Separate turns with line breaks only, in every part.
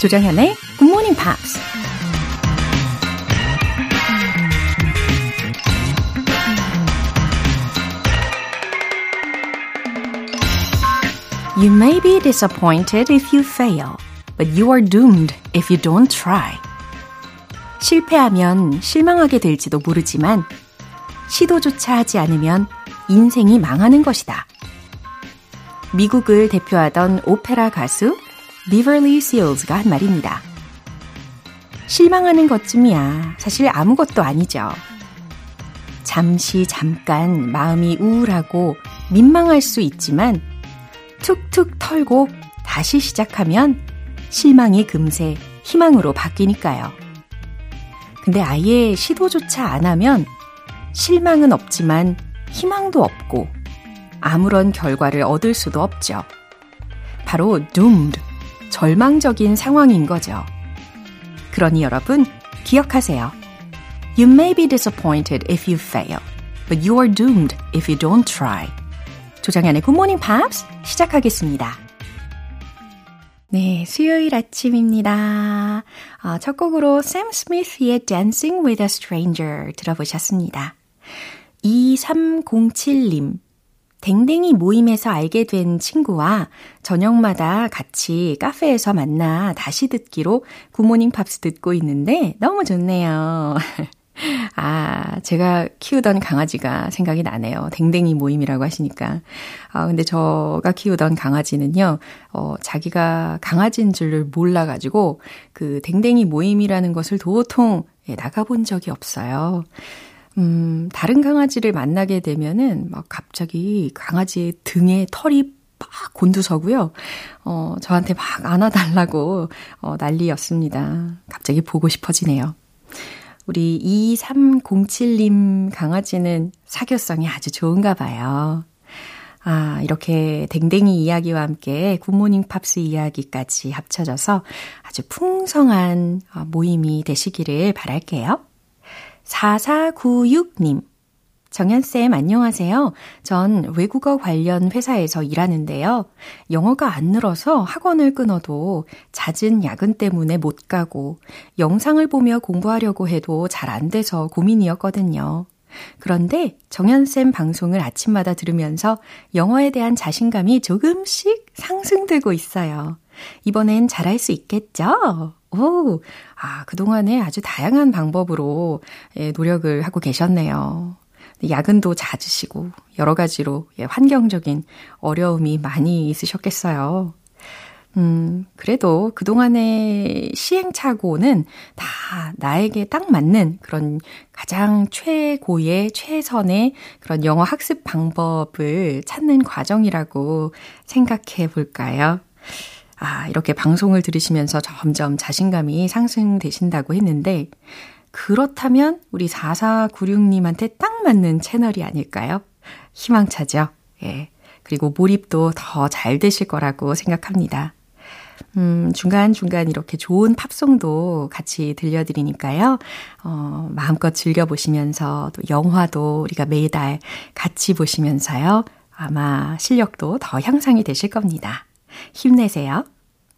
조정현의 Good Morning Pops. You may be disappointed if you fail, but you are doomed if you don't try. 실패하면 실망하게 될지도 모르지만 시도조차 하지 않으면 인생이 망하는 것이다. 미국을 대표하던 오페라 가수 비버리 시일즈가 한 말입니다. 실망하는 것쯤이야 사실 아무것도 아니죠. 잠시 잠깐 마음이 우울하고 민망할 수 있지만 툭툭 털고 다시 시작하면 실망이 금세 희망으로 바뀌니까요. 근데 아예 시도조차 안 하면 실망은 없지만 희망도 없고 아무런 결과를 얻을 수도 없죠. 바로 doomed, 절망적인 상황인 거죠. 그러니 여러분, 기억하세요. You may be disappointed if you fail, but you are doomed if you don't try. 조장현의 굿모닝 팝스 시작하겠습니다. 네, 수요일 아침입니다. 어, 첫 곡으로 샘 스미스의 Dancing with a Stranger 들어보셨습니다. 2307님. 댕댕이 모임에서 알게 된 친구와 저녁마다 같이 카페에서 만나 다시 듣기로 굿모닝 팝스 듣고 있는데 너무 좋네요. 아, 제가 키우던 강아지가 생각이 나네요. 댕댕이 모임이라고 하시니까. 아, 근데 제가 키우던 강아지는요, 어, 자기가 강아지인 줄을 몰라가지고, 그 댕댕이 모임이라는 것을 도통 예, 나가본 적이 없어요. 음, 다른 강아지를 만나게 되면은 막 갑자기 강아지의 등에 털이 막 곤두서고요. 어, 저한테 막 안아달라고 어, 난리였습니다. 갑자기 보고 싶어지네요. 우리 2307님 강아지는 사교성이 아주 좋은가 봐요. 아, 이렇게 댕댕이 이야기와 함께 굿모닝 팝스 이야기까지 합쳐져서 아주 풍성한 어, 모임이 되시기를 바랄게요. 4496님. 정현쌤, 안녕하세요. 전 외국어 관련 회사에서 일하는데요. 영어가 안 늘어서 학원을 끊어도 잦은 야근 때문에 못 가고 영상을 보며 공부하려고 해도 잘 안 돼서 고민이었거든요. 그런데 정현쌤 방송을 아침마다 들으면서 영어에 대한 자신감이 조금씩 상승되고 있어요. 이번엔 잘할 수 있겠죠? 오, 아, 그동안에 아주 다양한 방법으로 예, 노력을 하고 계셨네요. 야근도 잦으시고, 여러 가지로 예, 환경적인 어려움이 많이 있으셨겠어요. 음, 그래도 그동안의 시행착오는 다 나에게 딱 맞는 그런 가장 최고의 최선의 그런 영어 학습 방법을 찾는 과정이라고 생각해 볼까요? 아, 이렇게 방송을 들으시면서 점점 자신감이 상승되신다고 했는데, 그렇다면 우리 4496님한테 딱 맞는 채널이 아닐까요? 희망차죠? 예. 그리고 몰입도 더 잘 되실 거라고 생각합니다. 음, 중간중간 이렇게 좋은 팝송도 같이 들려드리니까요. 어, 마음껏 즐겨보시면서 또 영화도 우리가 매달 같이 보시면서요. 아마 실력도 더 향상이 되실 겁니다. 힘내세요.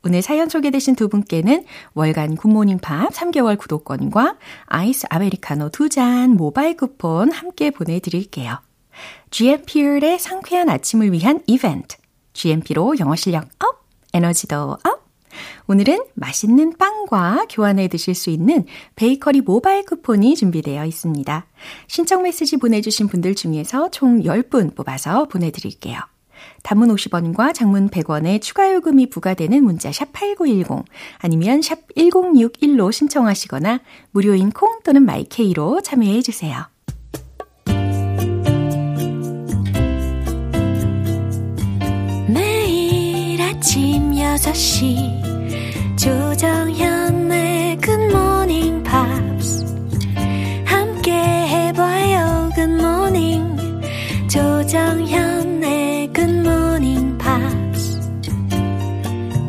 오늘 사연 소개되신 두 분께는 월간 굿모닝팝 3개월 구독권과 아이스 아메리카노 두 잔 모바일 쿠폰 함께 보내드릴게요. GMP의 상쾌한 아침을 위한 이벤트. GMP로 영어 실력 업, 에너지도 업. 오늘은 맛있는 빵과 교환해 드실 수 있는 베이커리 모바일 쿠폰이 준비되어 있습니다. 신청 메시지 보내주신 분들 중에서 총 10분 뽑아서 보내드릴게요. 단문 50원과 장문 100원의 추가 요금이 부과되는 문자 샵 8910 아니면 샵 1061로 신청하시거나 무료인 콩 또는 마이케이로 참여해 주세요.
매일 아침 6시 조정현의 굿모닝 팝스 함께 해봐요 굿모닝 조정현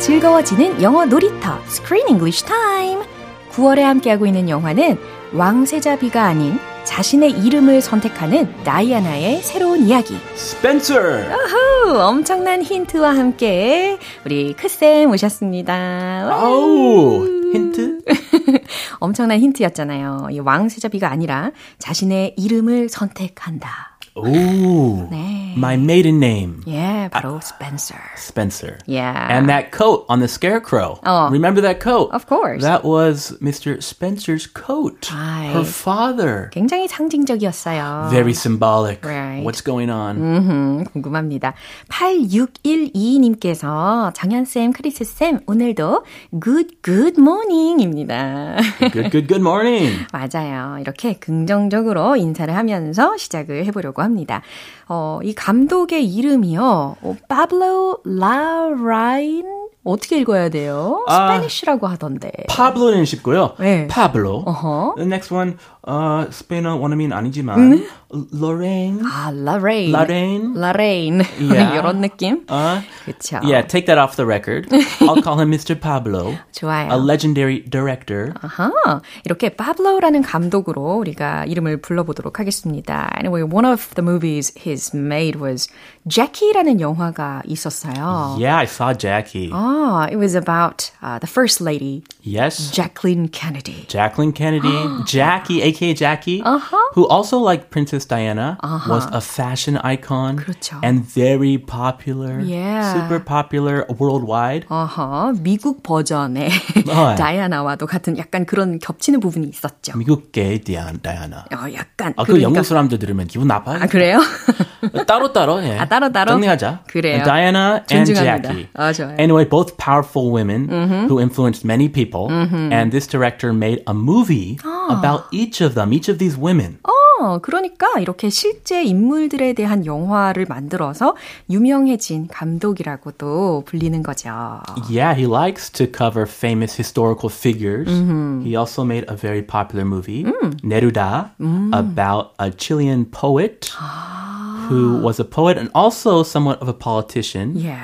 즐거워지는 영어 놀이터 Screen English Time. 9월에 함께하고 있는 영화는 왕세자비가 아닌 자신의 이름을 선택하는 다이아나의 새로운 이야기.
Spencer.
후, 엄청난 힌트와 함께 우리 크쌤 오셨습니다. Oh,
아우 힌트?
엄청난 힌트였잖아요. 이 왕세자비가 아니라 자신의 이름을 선택한다.
Ooh.
네.
My maiden name,
예, 바로 스펜서.
Spencer.
Yeah.
And that coat on the scarecrow.
Oh.
Remember that coat?
Of course.
That was Mr. Spencer's coat.
Right.
Her father.
굉장히 상징적이었어요.
Very symbolic.
Right.
What's going on?
음, 궁금합니다. 8612님께서 정현쌤, 크리스쌤, 오늘도 good, good morning입니다.
Good, good, good morning.
맞아요. 이렇게 긍정적으로 인사를 하면서 시작을 해보려고 합니다. 어, 이 감독의 이름이요. 어, Pablo Larraín? 어떻게 읽어야 돼요?
아.
스페니쉬라고 하던데.
Pablo는 쉽고요.
네.
Pablo.
어허.
The next one, uh, 어, 스페인어 원어민 아니지만,
Mm-hmm.
Lorraine.
아, Larraín.
Lorraine. Uh,
Larraín.
Yeah.
이런 느낌?
어,
그쵸.
Yeah, take that off the record. I'll call him Mr. Pablo,
좋아요.
a legendary director.
아하, 이렇게 파블로라는 감독으로 우리가 이름을 불러보도록 하겠습니다. Anyway, one of the movies he's made was Jackie라는 영화가 있었어요.
Yeah, I saw Jackie.
Oh. 아, it was about uh, the first lady,
Yes.
Jacqueline Kennedy.
Jacqueline Kennedy, Jackie, aka Jackie, who also, like Princess Diana, was a fashion icon
그렇죠.
and very popular,
Yeah. Oh.
super popular worldwide.
어허, 미국 버전의
어.
다이아나와도 같은 약간 그런 겹치는 부분이 있었죠.
미국계 디안- 다이아나.
어, 약간.
아, 그 영국 사람들 들으면 기분 나빠요.
아, 그래요?
따로 따로 예.
아, 따로따로?
정리하자.
그래요.
Diana and
존중합니다.
Jackie.
아, 좋아요.
Anyway, both powerful women who influenced many people, and this director made a movie about each of them, each of these women.
어, 그러니까 이렇게 실제 인물들에 대한 영화를 만들어서 유명해진 감독이라고도 불리는 거죠.
Yeah, he likes to cover famous historical figures. He also made a very popular movie, Neruda, about a Chilean poet who was a poet and also somewhat of a politician.
예.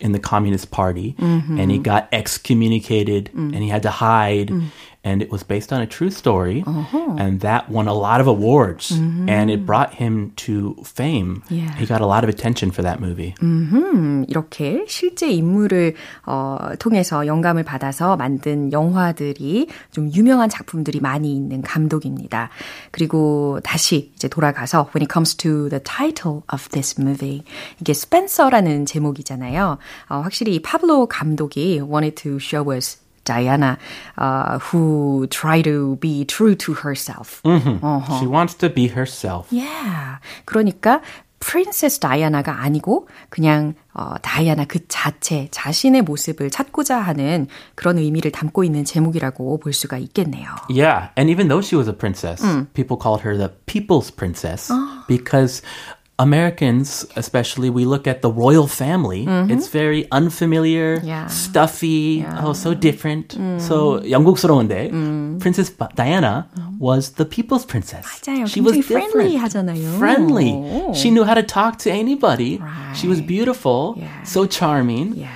in the Communist Party, and he got excommunicated, and he had to hide. And it was based on a true story, and that won a lot of awards, and it brought him to fame.
Yeah.
He got a lot of attention for that movie.
음, 이렇게 실제 인물을 어, 통해서 영감을 받아서 만든 영화들이 좀 유명한 작품들이 많이 있는 감독입니다. 그리고 다시 이제 돌아가서 when it comes to the title of this movie 이게 스펜서라는 제목이잖아요. 어, 확실히 이 파블로 감독이 wanted to show us Diana uh, who try to be true to herself.
She wants to be herself.
Yeah. 그러니까 프린세스 다이아나가 아니고 그냥 어, 다이아나 그 자체 자신의 모습을 찾고자 하는 그런 의미를 담고 있는 제목이라고 볼 수가 있겠네요.
Yeah, and even though she was a princess,
Hmm.
people called her the People's
Oh.
Princess because Americans, especially, we look at the royal family. It's very unfamiliar,
Mm-hmm. Yeah. Mm.
stuffy, oh, so different. So 영국스러운데 Princess Ba- Diana was the People's Princess.
Mm. 맞아요.
She
굉장히
was different,
friendly하잖아요.
friendly.
오.
She knew how to talk to anybody. She was
Right.
beautiful,
Yeah.
so charming.
Yeah.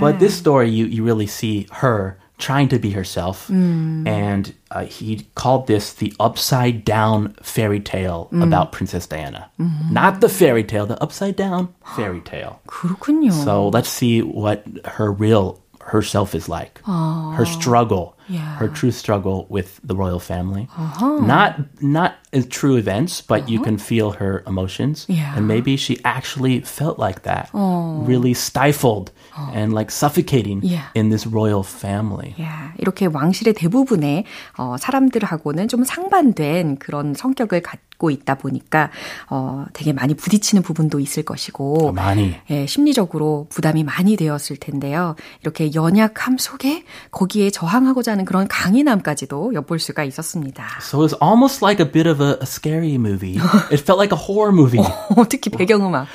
But this story, you, you really see her trying to be herself. And uh, he called this the upside down fairy tale about Princess Diana. Not the fairy tale, the upside down fairy tale.
그렇군요.
So let's see what her real herself is like. Her struggle,
Yeah. Uh-huh.
her true struggle with the royal family. Not not as true events, but you can feel her emotions.
Yeah.
And maybe she actually felt like that. Really stifled and like suffocating
Yeah.
in this royal family.
야, 이렇게 왕실의 대부분의 어, 사람들하고는 좀 상반된 그런 성격을 갖고 있다 보니까 어, 되게 많이 부딪히는 부분도 있을 것이고
많이.
예, 심리적으로 부담이 많이 되었을 텐데요. 이렇게 연약함 속에 거기에 저항하고자 하는 그런 강인함까지도 엿볼 수가 있었습니다.
So it was almost like a bit of a, a scary movie. it felt like a horror movie.
Oh. 특히 배경음악.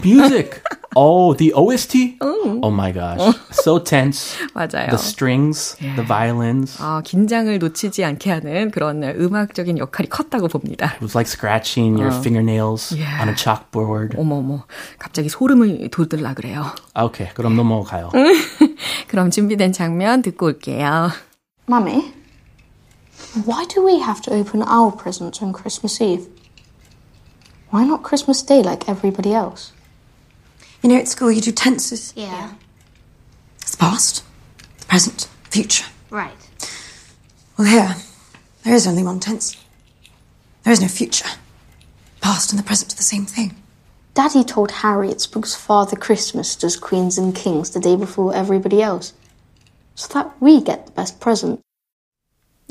music. oh, the OST. Oh my gosh. So tense.
맞아요.
The strings, the violins. It
아, 긴장을 놓치지 않게 하는 그런 음악적인 역할이 컸다고 봅니다.
was like scratching your fingernails
Oh. Yeah.
on a chalkboard.
어머머, 갑자기 소름을 돋들라 그래요.
Okay, 그럼 넘어가요.
그럼 준비된 장면 듣고 올게요.
Mummy, why do we have to open our presents on Christmas Eve? Why not Christmas Day like everybody else?
You know, at school you do tenses.
Yeah.
It's the past, the present, the future.
Right.
Well, here, there is only one tense. There is no future. Past and the present are the same thing.
Daddy told Harry it spooks Father Christmas does queens and kings the day before everybody else, so that we get the best present.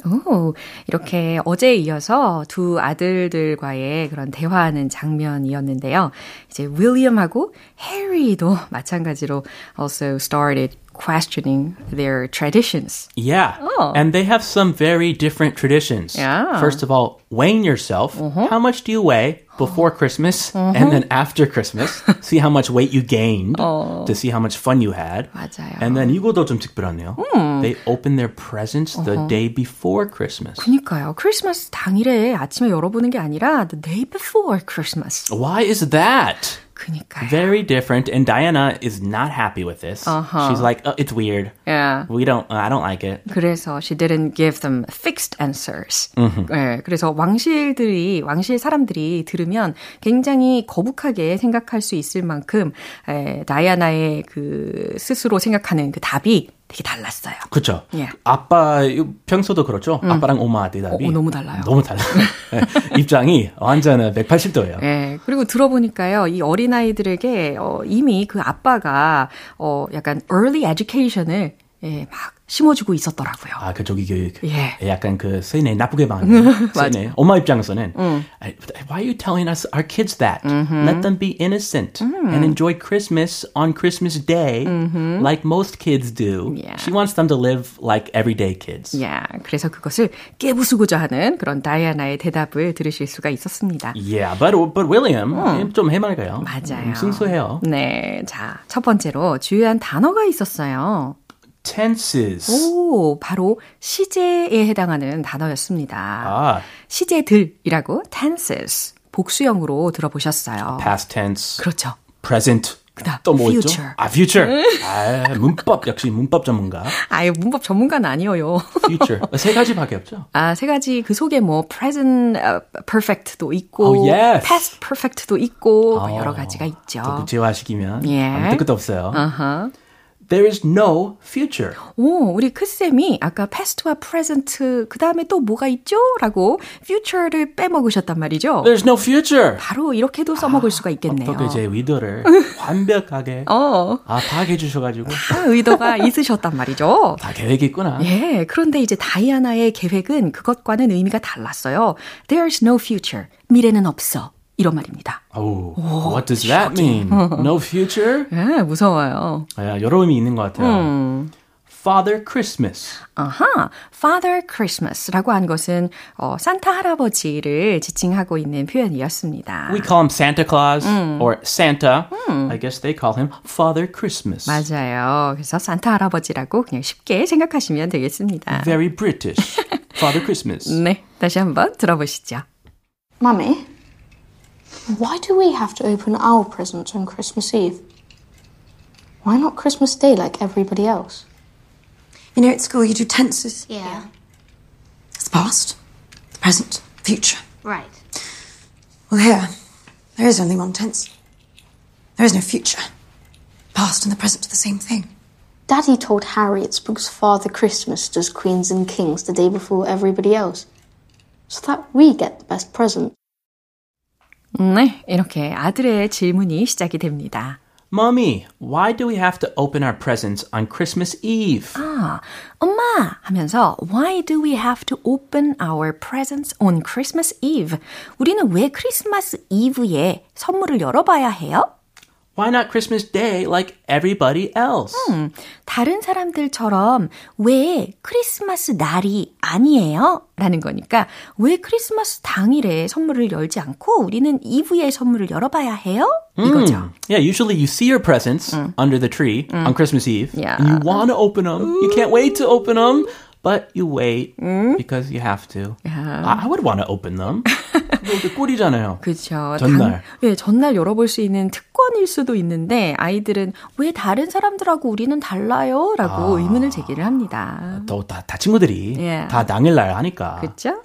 오, 이렇게 어제에 이어서 두 아들들과의 그런 대화하는 장면이었는데요. 이제 윌리엄하고 해리도 마찬가지로 also started questioning their traditions.
Yeah.
Oh.
And they have some very different traditions.
Yeah. Uh-huh.
First of all, weighing yourself. How much do you weigh before Christmas and then after Christmas? see how much weight you gained to see how much fun you had.
Oh. 맞아요.
And then 이것도 좀 특별하네요. They open their presents the
Uh-huh.
day before Christmas.
그니까요. 크리스마스 당일에 아침에 열어보는 게 아니라 the day before Christmas.
Why is that?
그니까요.
Very different, and Diana is not happy with this. Uh-huh. She's like, oh, "It's weird.
Yeah.
We don't. uh, I don't like it."
그래서 she didn't give them fixed answers. 예, 그래서 왕실들이 왕실 사람들이 들으면 굉장히 거북하게 생각할 수 있을 만큼 에, 다이아나의 그 스스로 생각하는 그 답이 되게 달랐어요.
그렇죠.
예.
아빠 평소도 그렇죠. 아빠랑 엄마 대답이
어, 어, 너무 달라요.
너무 달라요. 예, 입장이 완전 180도예요.
예, 그리고 들어보니까요, 이 어린아이들에게 어, 이미 그 아빠가 어, 약간 early education을 예, 막 심어주고 있었더라고요.
아, 그 조기 교육.
예.
약간 그 세뇌 나쁘게 봐. 세뇌. 엄마 입장에서는 "I- Why are you telling us our kids that? Let them be innocent and enjoy Christmas on Christmas Day like most kids do.
Yeah.
She wants them to live like everyday kids.
야, 예, 그래서 그것을 깨부수고자 하는 그런 다이아나의 대답을 들으실 수가 있었습니다.
Yeah, but but William 예, 좀 해맑아요.
맞아요.
음, 순수해요.
네, 자, 첫 번째로 주의한 단어가 있었어요.
Tenses.
오, 바로 시제에 해당하는 단어였습니다.
아,
시제들이라고 tenses, 복수형으로 들어보셨어요.
past tense.
그렇죠.
present.
그다음
또 뭐 있죠?
future.
아, future. 아, 문법 역시 문법 전문가.
아예 문법 전문가는 아니에요.
future. 세 가지밖에 없죠.
아, 세 가지 그 속에 뭐 present 어, perfect도 있고
Oh, yes. 아,
past perfect도 있고 뭐 여러 가지가 있죠.
어, 또 구체화시키면
예.
아무 뜻도 없어요. There is no future.
오, 우리 그 크쌤이 아까 past와 present 그다음에 또 뭐가 있죠? 라고 future를 빼먹으셨단 말이죠.
There's no future.
바로 이렇게도 써먹을 수가 있겠네요.
어떻게 제 의도를 완벽하게
어,
아, 파악해 주셔가지고
다 의도가 있으셨단 말이죠.
다 계획이 있구나.
예, 그런데 이제 다이아나의 계획은 그것과는 의미가 달랐어요. There's no future. 미래는 없어. 이런 말입니다.
Oh, what does that mean? No future?
예, 무서워요.
아, 여러 의미 있는 것 같아요. Father Christmas.
아하, Father Christmas라고 한 것은 어, 산타 할아버지를 지칭하고 있는 표현이었습니다.
We call him Santa Claus or Santa. I guess they call him Father Christmas.
맞아요. 그래서 산타 할아버지라고 그냥 쉽게 생각하시면 되겠습니다.
Very British. Father Christmas.
네, 다시 한번 들어보시죠.
Mummy, why do we have to open our presents on Christmas Eve? Why not Christmas Day like everybody else?
You know, at school you do tenses.
Yeah.
It's the past, the present, the future.
Right.
Well, here, there is only one tense. There is no future. Past and the present are the same thing.
Daddy told Harry it spooks Father Christmas does queens and kings the day before everybody else, so that we get the best present.
네, 이렇게 아들의 질문이 시작이 됩니다.
Mommy, why do we have to open our presents on Christmas Eve?
아, 엄마 하면서 Why do we have to open our presents on Christmas Eve? 우리는 왜 크리스마스 이브에 선물을 열어봐야 해요?
Why not Christmas Day like everybody else?
다른 사람들처럼 왜 크리스마스 날이 아니에요? 라는 거니까 왜 크리스마스 당일에 선물을 열지 않고 우리는 이브에 선물을 열어봐야 해요? 이거죠.
Yeah, usually you see your presents under the tree on Christmas Eve.
Mm. Yeah.
And you
Mm.
want to open them. You can't wait to open them, but you wait because you have to.
아,
I, I would want to open them. 그거 이렇게 꿀이잖아요.
그렇죠.
전날.
예, 전날 열어볼 수 있는 특권일 수도 있는데 아이들은 왜 다른 사람들하고 우리는
아.
달라요라고 의문을 제기를 합니다.
또 다, 다 친구들이
예.
다 당일날 하니까.
그렇죠?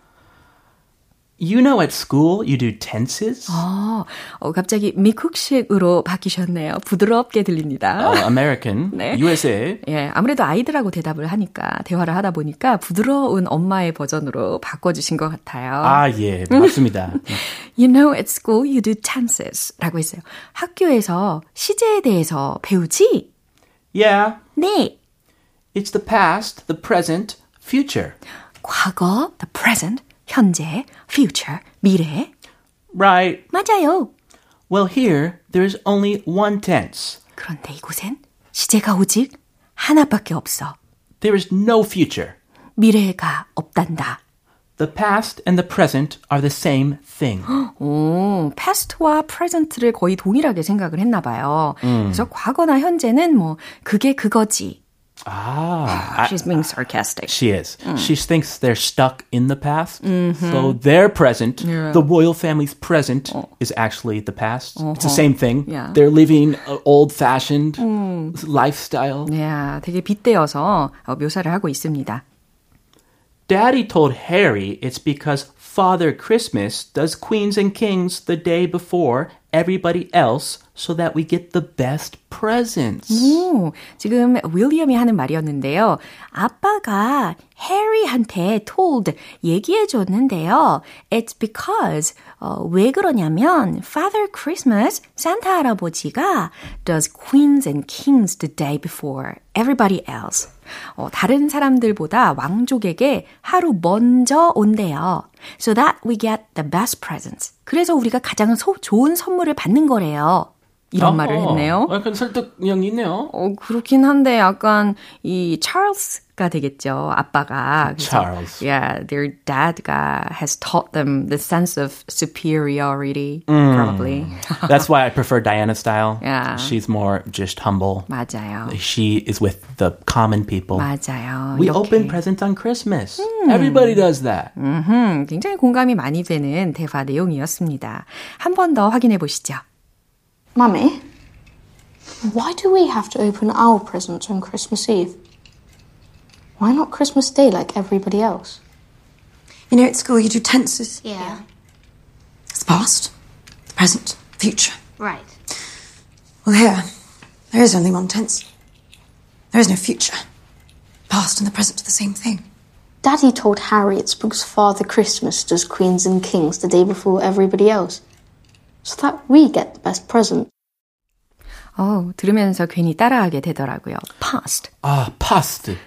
You know at school you do tenses.
어, 어, 갑자기 미국식으로 바뀌셨네요. 부드럽게 들립니다.
Uh, American,
네.
USA.
예, 아무래도 아이들하고 대답을 하니까 대화를 하다 보니까 부드러운 엄마의 버전으로 바꿔주신 것 같아요.
아, 예, 맞습니다.
You know, at school you do chances 라고 했어요. 학교에서 시제에 대해서 배우지?
yeah,
네.
it's the past, the present, future.
과거, the present, 현재, future, 미래.
Right.
맞아요.
Well, here there's only one tense.
그런데 이곳엔 시제가 오직 하나밖에 없어.
There is no future.
미래가 없단다.
The past and the present are the same thing.
오, 어, past와 present를 거의 동일하게 생각을 했나 봐요. 그래서 과거나 현재는 뭐 그게 그거지.
ah, I-
She's being sarcastic.
she is. She thinks they're stuck in the past. So their present, the royal family's present, is actually the past. It's the same thing.
Yeah.
They're living an old fashioned lifestyle.
이야, 네, 아, 되게 빗대어서 어, 묘사를 하고 있습니다.
Daddy told Harry it's because Father Christmas does Queens and Kings the day before everybody else so that we get the best presents.
오, 지금 윌리엄이 하는 말이었는데요. 아빠가 해리한테 told 얘기해 줬는데요. It's because 어, 왜 그러냐면 Father Christmas 산타 할아버지가 does queens and kings the day before everybody else. 어, 다른 사람들보다 왕족에게 하루 먼저 온대요. So that we get the best presents. 그래서 우리가 가장 소, 좋은 선물을 받는 거래요.
Uh-huh.
이런 말을
어허,
했네요.
약간 설득력이 있네요.
어, 그렇긴 한데 약간 이 찰스가 되겠죠. 아빠가. 그래서,
찰스.
Yeah, their dad가 has taught them the sense of superiority
음.
probably.
That's why I prefer Diana's style.
Yeah.
She's more just humble.
맞아요.
She is with the common people.
맞아요.
네. We
이렇게
open presents on Christmas.
Hmm.
Everybody does that.
음, 굉장히 공감이 많이 되는 대화 내용이었습니다. 한 번 더 확인해 보시죠.
Mummy, why do we have to open our presents on Christmas Eve? Why not Christmas Day like everybody else?
You know, at school you do tenses.
Yeah.
It's the past, the present, future.
Right.
Well, here, there is only one tense. There is no future. Past and the present are the same thing.
Daddy told Harry it's because Father Christmas does Queens and Kings the day before everybody else, so that we get the best present.
어, 들으면서 괜히 따라하게 되더라고요. past. 어,
아, past. Ah,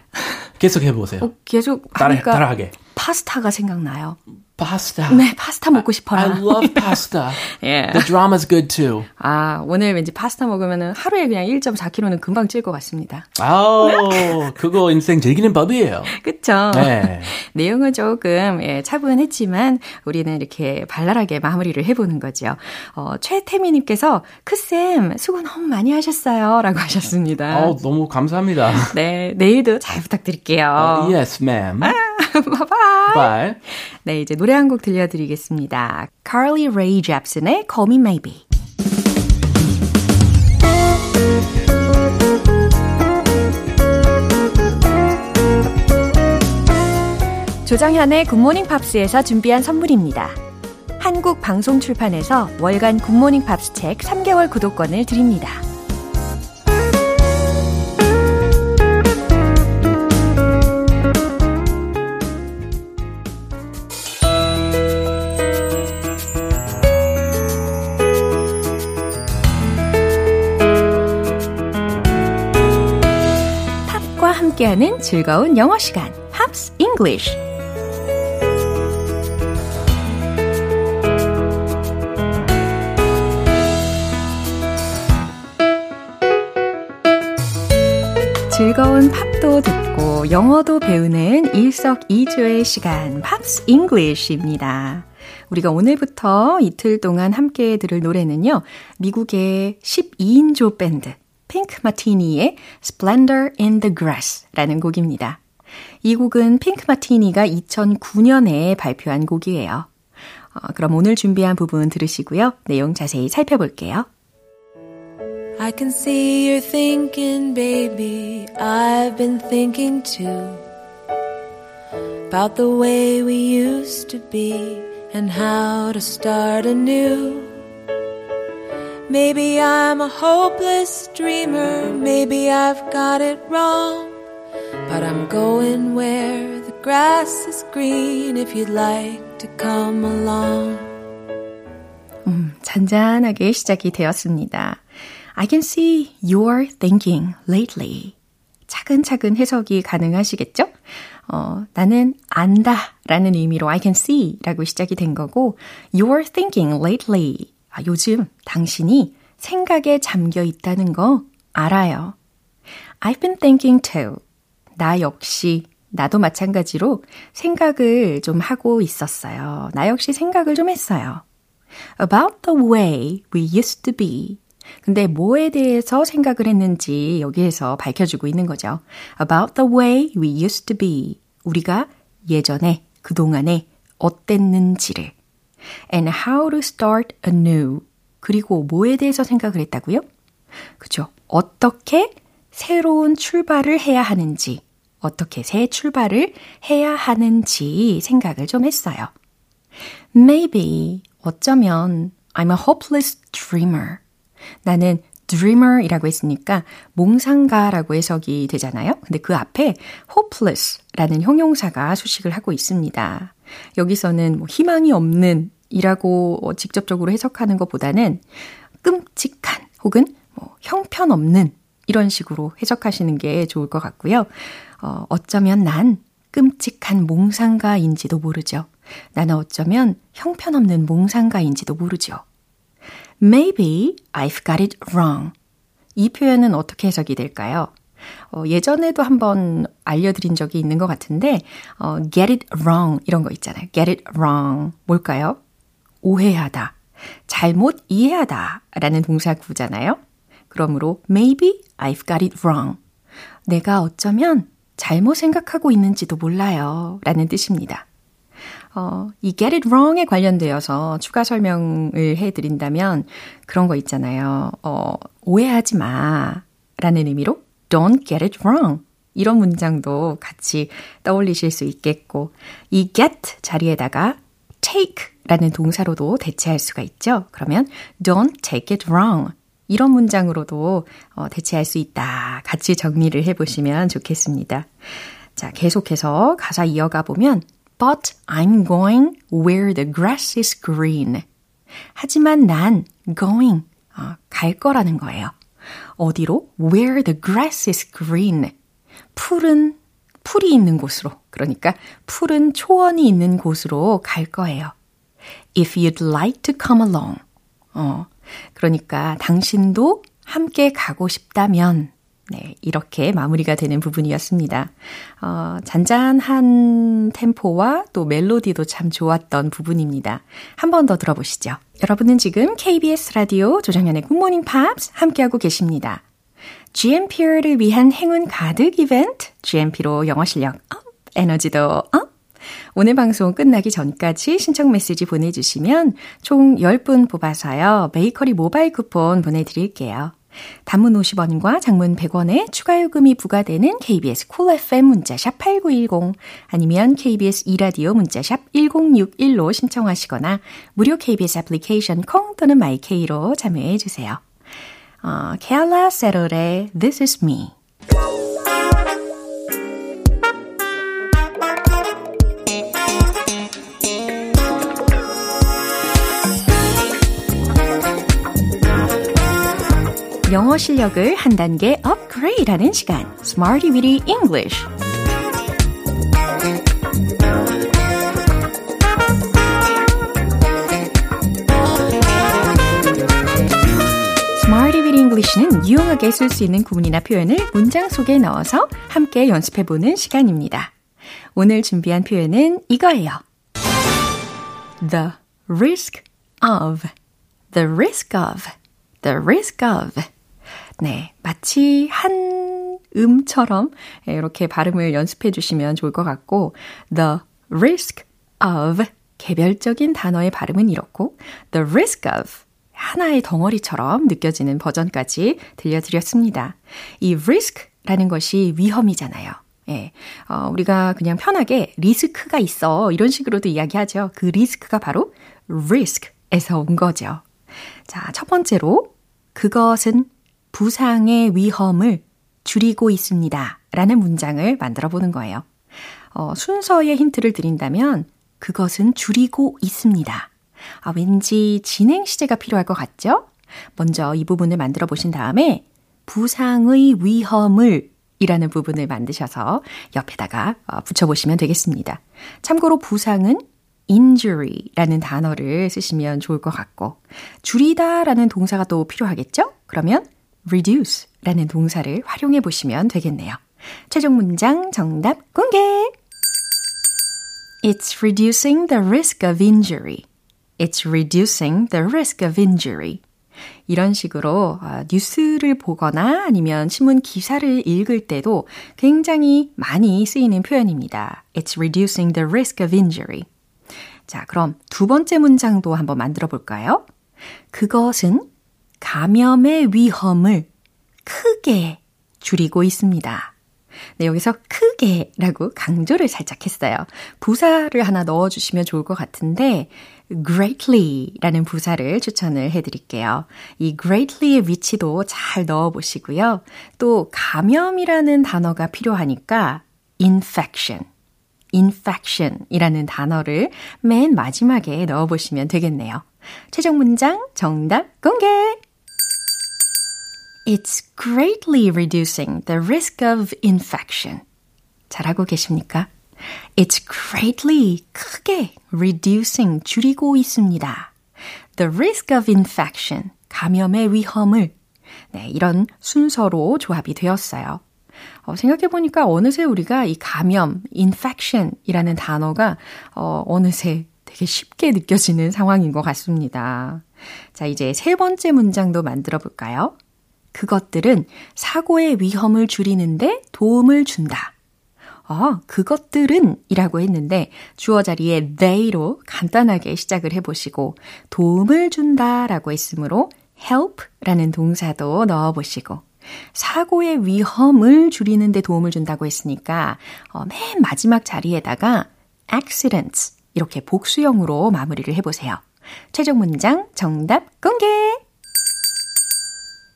계속 해보세요.
계속
따라-
하니까
따라하게.
파스타가 생각나요.
Pasta.
네, 파스타 먹고 싶어라.
I love pasta.
예.
The drama's good too.
아, 오늘 왠지 파스타 먹으면 하루에 그냥 1.4kg는 금방 찔 것 같습니다.
아우, 그거 인생 즐기는 법이에요.
그쵸?
네.
내용은 조금 예, 차분했지만 우리는 이렇게 발랄하게 마무리를 해보는 거죠. 어, 최태미님께서 크쌤 수고 너무 많이 하셨어요 라고 하셨습니다.
아우, 너무 감사합니다.
네, 내일도 잘 부탁드릴게요.
Yes, ma'am.
바이바이.
Bye.
네, 이제 노래 한 곡 들려드리겠습니다. Carly Rae Jepsen의 Call Me Maybe. 조장현의 굿모닝 팝스에서 준비한 선물입니다. 한국 방송 출판에서 월간 굿모닝 팝스 책 3개월 구독권을 드립니다. 팝과 함께하는 즐거운 영어 시간, 팝스 잉글리쉬. 즐거운 팝도 듣고 영어도 배우는 일석이조의 시간 팝스 잉글리쉬입니다. 우리가 오늘부터 이틀 동안 함께 들을 노래는요. 미국의 12인조 밴드 핑크 마티니의 Splendor in the Grass라는 곡입니다. 이 곡은 핑크 마티니가 2009년에 발표한 곡이에요. 어, 그럼 오늘 준비한 부분 들으시고요. 내용 자세히 살펴볼게요.
I can see you're thinking, baby. I've been thinking too. About the way we used to be and how to start anew. Maybe I'm a hopeless dreamer. Maybe I've got it wrong. But I'm going where the grass is green if you'd like to come along.
음, 잔잔하게 시작이 되었습니다. I can see you're thinking lately. 차근차근 해석이 가능하시겠죠? 어, 나는 안다 라는 의미로 I can see 라고 시작이 된 거고, you're thinking lately. 아, 요즘 당신이 생각에 잠겨 있다는 거 알아요. I've been thinking too. 나 역시, 나도 마찬가지로 생각을 좀 하고 있었어요. 나 역시 생각을 좀 했어요. About the way we used to be. 근데 뭐에 대해서 생각을 했는지 여기에서 밝혀주고 있는 거죠. About the way we used to be. 우리가 예전에, 그동안에 어땠는지를. And how to start anew. 그리고 뭐에 대해서 생각을 했다고요? 그죠. 어떻게 새로운 출발을 해야 하는지, 어떻게 새 출발을 해야 하는지 생각을 좀 했어요. Maybe, 어쩌면, I'm a hopeless dreamer. 나는 dreamer이라고 했으니까 몽상가라고 해석이 되잖아요. 근데 그 앞에 hopeless라는 형용사가 수식을 하고 있습니다. 여기서는 뭐 희망이 없는 이라고 직접적으로 해석하는 것보다는 끔찍한 혹은 뭐 형편없는 이런 식으로 해석하시는 게 좋을 것 같고요. 어, 어쩌면 난 끔찍한 몽상가인지도 모르죠. 나는 어쩌면 형편없는 몽상가인지도 모르죠. Maybe I've got it wrong. 이 표현은 어떻게 해석이 될까요? 어, 예전에도 한번 알려드린 적이 있는 것 같은데, 어, get it wrong 이런 거 있잖아요. get it wrong. 뭘까요? 오해하다. 잘못 이해하다 라는 동사 구잖아요. 그러므로 maybe I've got it wrong. 내가 어쩌면 잘못 생각하고 있는지도 몰라요. 라는 뜻입니다. 어, 이 get it wrong에 관련되어서 추가 설명을 해드린다면 그런 거 있잖아요. 어, 오해하지 마. 라는 의미로 don't get it wrong. 이런 문장도 같이 떠올리실 수 있겠고, 이 get 자리에다가 take 라는 동사로도 대체할 수가 있죠. 그러면 don't take it wrong. 이런 문장으로도 어, 대체할 수 있다. 같이 정리를 해보시면 좋겠습니다. 자, 계속해서 가사 이어가 보면 But I'm going where the grass is green. 하지만 난 going, 어, 갈 거라는 거예요. 어디로? Where the grass is green. 푸른, 풀이 있는 곳으로. 그러니까 푸른 초원이 있는 곳으로 갈 거예요. If you'd like to come along. 어, 그러니까 당신도 함께 가고 싶다면 네, 이렇게 마무리가 되는 부분이었습니다. 어, 잔잔한 템포와 또 멜로디도 참 좋았던 부분입니다. 한 번 더 들어보시죠. 여러분은 지금 KBS 라디오 조정현의 굿모닝 팝스 함께하고 계십니다. GMP를 위한 행운 가득 이벤트, GMP로 영어 실력 업, 에너지도 업! 오늘 방송 끝나기 전까지 신청 메시지 보내주시면 총 10분 뽑아서요. 베이커리 모바일 쿠폰 보내드릴게요. 단문 50원과 장문 100원에 추가 요금이 부과되는 KBS 콜 cool FM 문자샵 8910 아니면 KBS 이라디오 문자샵 1061로 신청하시거나 무료 KBS 애플리케이션 콩 또는 마이케이로 참여해 주세요. 어, 케알라 세롤의 This is me 영어 실력을 한 단계 업그레이드하는 시간, Smarty Weedy English. 잉글리시는 유용하게 쓸 수 있는 구문이나 표현을 문장 속에 넣어서 함께 연습해 보는 시간입니다. 오늘 준비한 표현은 이거예요. The risk of, the risk of, the risk of. 네, 마치 한 음처럼 이렇게 발음을 연습해 주시면 좋을 것 같고 the risk of 개별적인 단어의 발음은 이렇고 the risk of 하나의 덩어리처럼 느껴지는 버전까지 들려드렸습니다. 이 risk라는 것이 위험이잖아요. 예. 어, 우리가 그냥 편하게 리스크가 있어. 이런 식으로도 이야기하죠. 그 리스크가 바로 risk에서 온 거죠. 자, 첫 번째로 그것은 부상의 위험을 줄이고 있습니다. 라는 문장을 만들어 보는 거예요. 어, 순서의 힌트를 드린다면 그것은 줄이고 있습니다. 아, 왠지 진행 시제가 필요할 것 같죠? 먼저 이 부분을 만들어 보신 다음에 부상의 위험을 이라는 부분을 만드셔서 옆에다가 어, 붙여보시면 되겠습니다. 참고로 부상은 injury라는 단어를 쓰시면 좋을 것 같고, 줄이다 라는 동사가 또 필요하겠죠? 그러면 reduce 라는 동사를 활용해 보시면 되겠네요. 최종 문장 정답 공개! It's reducing the risk of injury. It's reducing the risk of injury. 이런 식으로 어, 뉴스를 보거나 아니면 신문 기사를 읽을 때도 굉장히 많이 쓰이는 표현입니다. It's reducing the risk of injury. 자, 그럼 두 번째 문장도 한번 만들어 볼까요? 그것은 감염의 위험을 크게 줄이고 있습니다. 네, 여기서 크게라고 강조를 살짝 했어요. 부사를 하나 넣어주시면 좋을 것 같은데, greatly라는 부사를 추천을 해드릴게요. 이 greatly의 위치도 잘 넣어보시고요. 또 감염이라는 단어가 필요하니까 infection, infection이라는 단어를 맨 마지막에 넣어보시면 되겠네요. 최종 문장 정답 공개! It's greatly reducing the risk of infection. 잘하고 계십니까? It's greatly 크게 reducing 줄이고 있습니다. The risk of infection 감염의 위험을 네, 이런 순서로 조합이 되었어요. 어, 생각해보니까 어느새 우리가 이 감염, infection이라는 단어가 어, 어느새 되게 쉽게 느껴지는 상황인 것 같습니다. 자, 이제 세 번째 문장도 만들어 볼까요? 그것들은 사고의 위험을 줄이는데 도움을 준다. 어, 그것들은 이라고 했는데 주어 자리에 they로 간단하게 시작을 해보시고 도움을 준다 라고 했으므로 help 라는 동사도 넣어보시고 사고의 위험을 줄이는데 도움을 준다고 했으니까 어, 맨 마지막 자리에다가 accidents 이렇게 복수형으로 마무리를 해보세요. 최종 문장 정답 공개!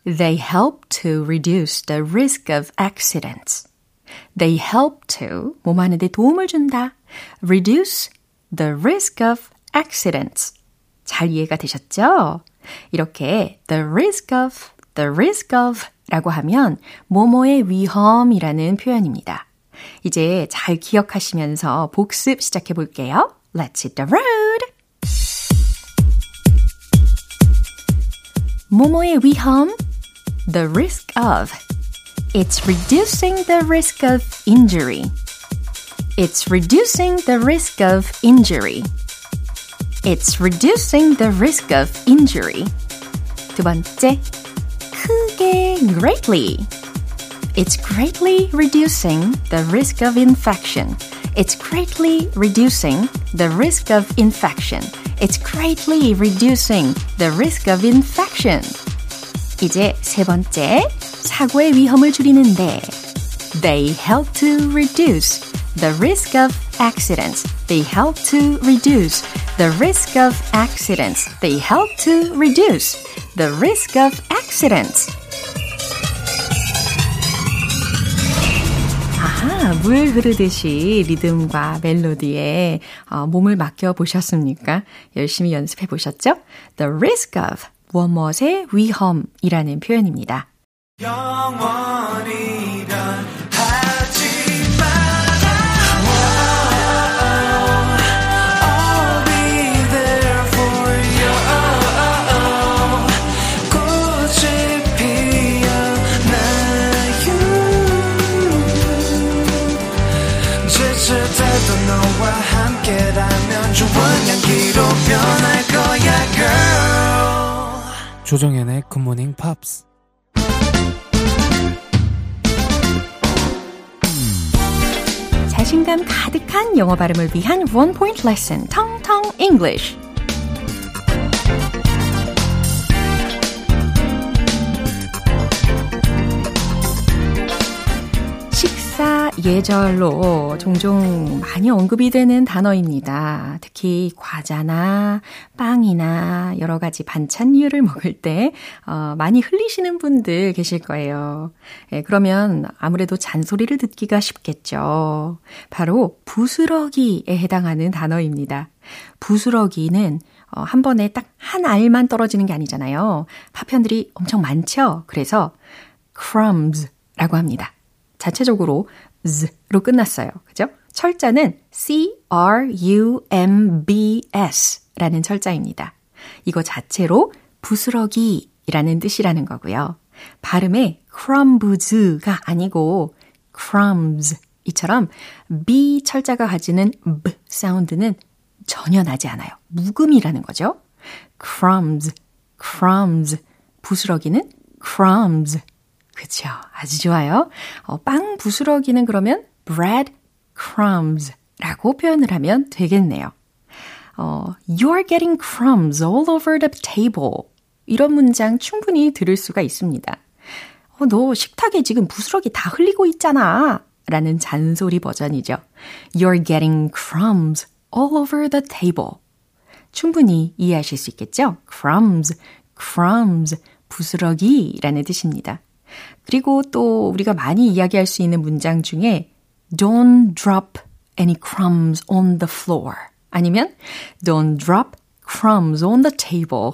They help to reduce the risk of accidents. They help to 몸 하는데 도움을 준다. Reduce the risk of accidents. 잘 이해가 되셨죠? 이렇게 the risk of, the risk of 라고 하면 뭐뭐의 위험이라는 표현입니다. 이제 잘 기억하시면서 복습 시작해 볼게요. Let's hit the road! 뭐뭐의 위험 the risk of. It's reducing the risk of injury. It's reducing the risk of injury. It's reducing the risk of injury. 두 번째, 크게 greatly. It's greatly reducing the risk of infection. It's greatly reducing the risk of infection. It's greatly reducing the risk of infection. 이제 세 번째, 사고의 위험을 줄이는데 They help to reduce the risk of accidents. They help to reduce the risk of accidents. They help to reduce the risk of accidents. 아하, 물 흐르듯이 리듬과 멜로디에 어, 몸을 맡겨 보셨습니까? 열심히 연습해 보셨죠? The risk of 무엇의 위험이라는 표현입니다.
조정현의 굿모닝 팝스
자신감 가득한 영어 발음을 위한 원 포인트 레슨 텅텅 English. 식사 예절로 종종 많이 언급이 되는 단어입니다. 특히 과자나 빵이나 여러 가지 반찬류를 먹을 때 어, 많이 흘리시는 분들 계실 거예요. 예, 그러면 아무래도 잔소리를 듣기가 쉽겠죠. 바로 부스러기에 해당하는 단어입니다. 부스러기는 어, 한 번에 딱 한 알만 떨어지는 게 아니잖아요. 파편들이 엄청 많죠. 그래서 crumbs라고 합니다. 자체적으로 z로 끝났어요. 그죠? 철자는 c r u m b s라는 철자입니다. 이거 자체로 부스러기라는 뜻이라는 거고요. 발음에 crumbs가 아니고 crumbs 이처럼 b 철자가 가지는 b 사운드는 전혀 나지 않아요. 묵음이라는 거죠. crumbs, crumbs. 부스러기는 crumbs. 그쵸. 아주 좋아요. 어, 빵 부스러기는 그러면 bread crumbs 라고 표현을 하면 되겠네요. 어, You're getting crumbs all over the table. 이런 문장 충분히 들을 수가 있습니다. 어, 너 식탁에 지금 부스러기 다 흘리고 있잖아. 라는 잔소리 버전이죠. You're getting crumbs all over the table. 충분히 이해하실 수 있겠죠? crumbs, crumbs, 부스러기라는 뜻입니다. 그리고 또 우리가 많이 이야기할 수 있는 문장 중에 don't drop any crumbs on the floor 아니면 don't drop crumbs on the table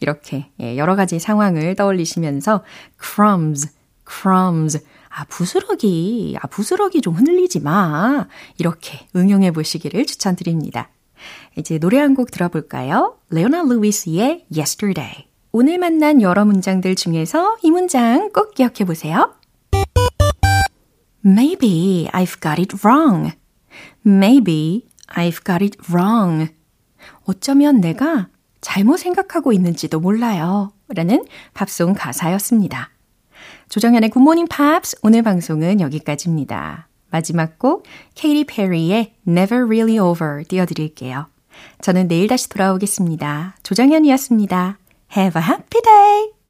이렇게 예, 여러 가지 상황을 떠올리시면서 crumbs, crumbs 아 부스러기, 아 부스러기 좀 흔들리지 마 이렇게 응용해 보시기를 추천드립니다. 이제 노래 한 곡 들어볼까요? 레오나 루이스의 Yesterday. 오늘 만난 여러 문장들 중에서 이 문장 꼭 기억해 보세요. Maybe I've got it wrong. Maybe I've got it wrong. 어쩌면 내가 잘못 생각하고 있는지도 몰라요. 라는 밥송 가사였습니다. 조정현의 굿모닝 팝스 오늘 방송은 여기까지입니다. 마지막 곡 케이리 페리의 Never Really Over 띄워드릴게요. 저는 내일 다시 돌아오겠습니다. 조정현이었습니다. Have a happy day!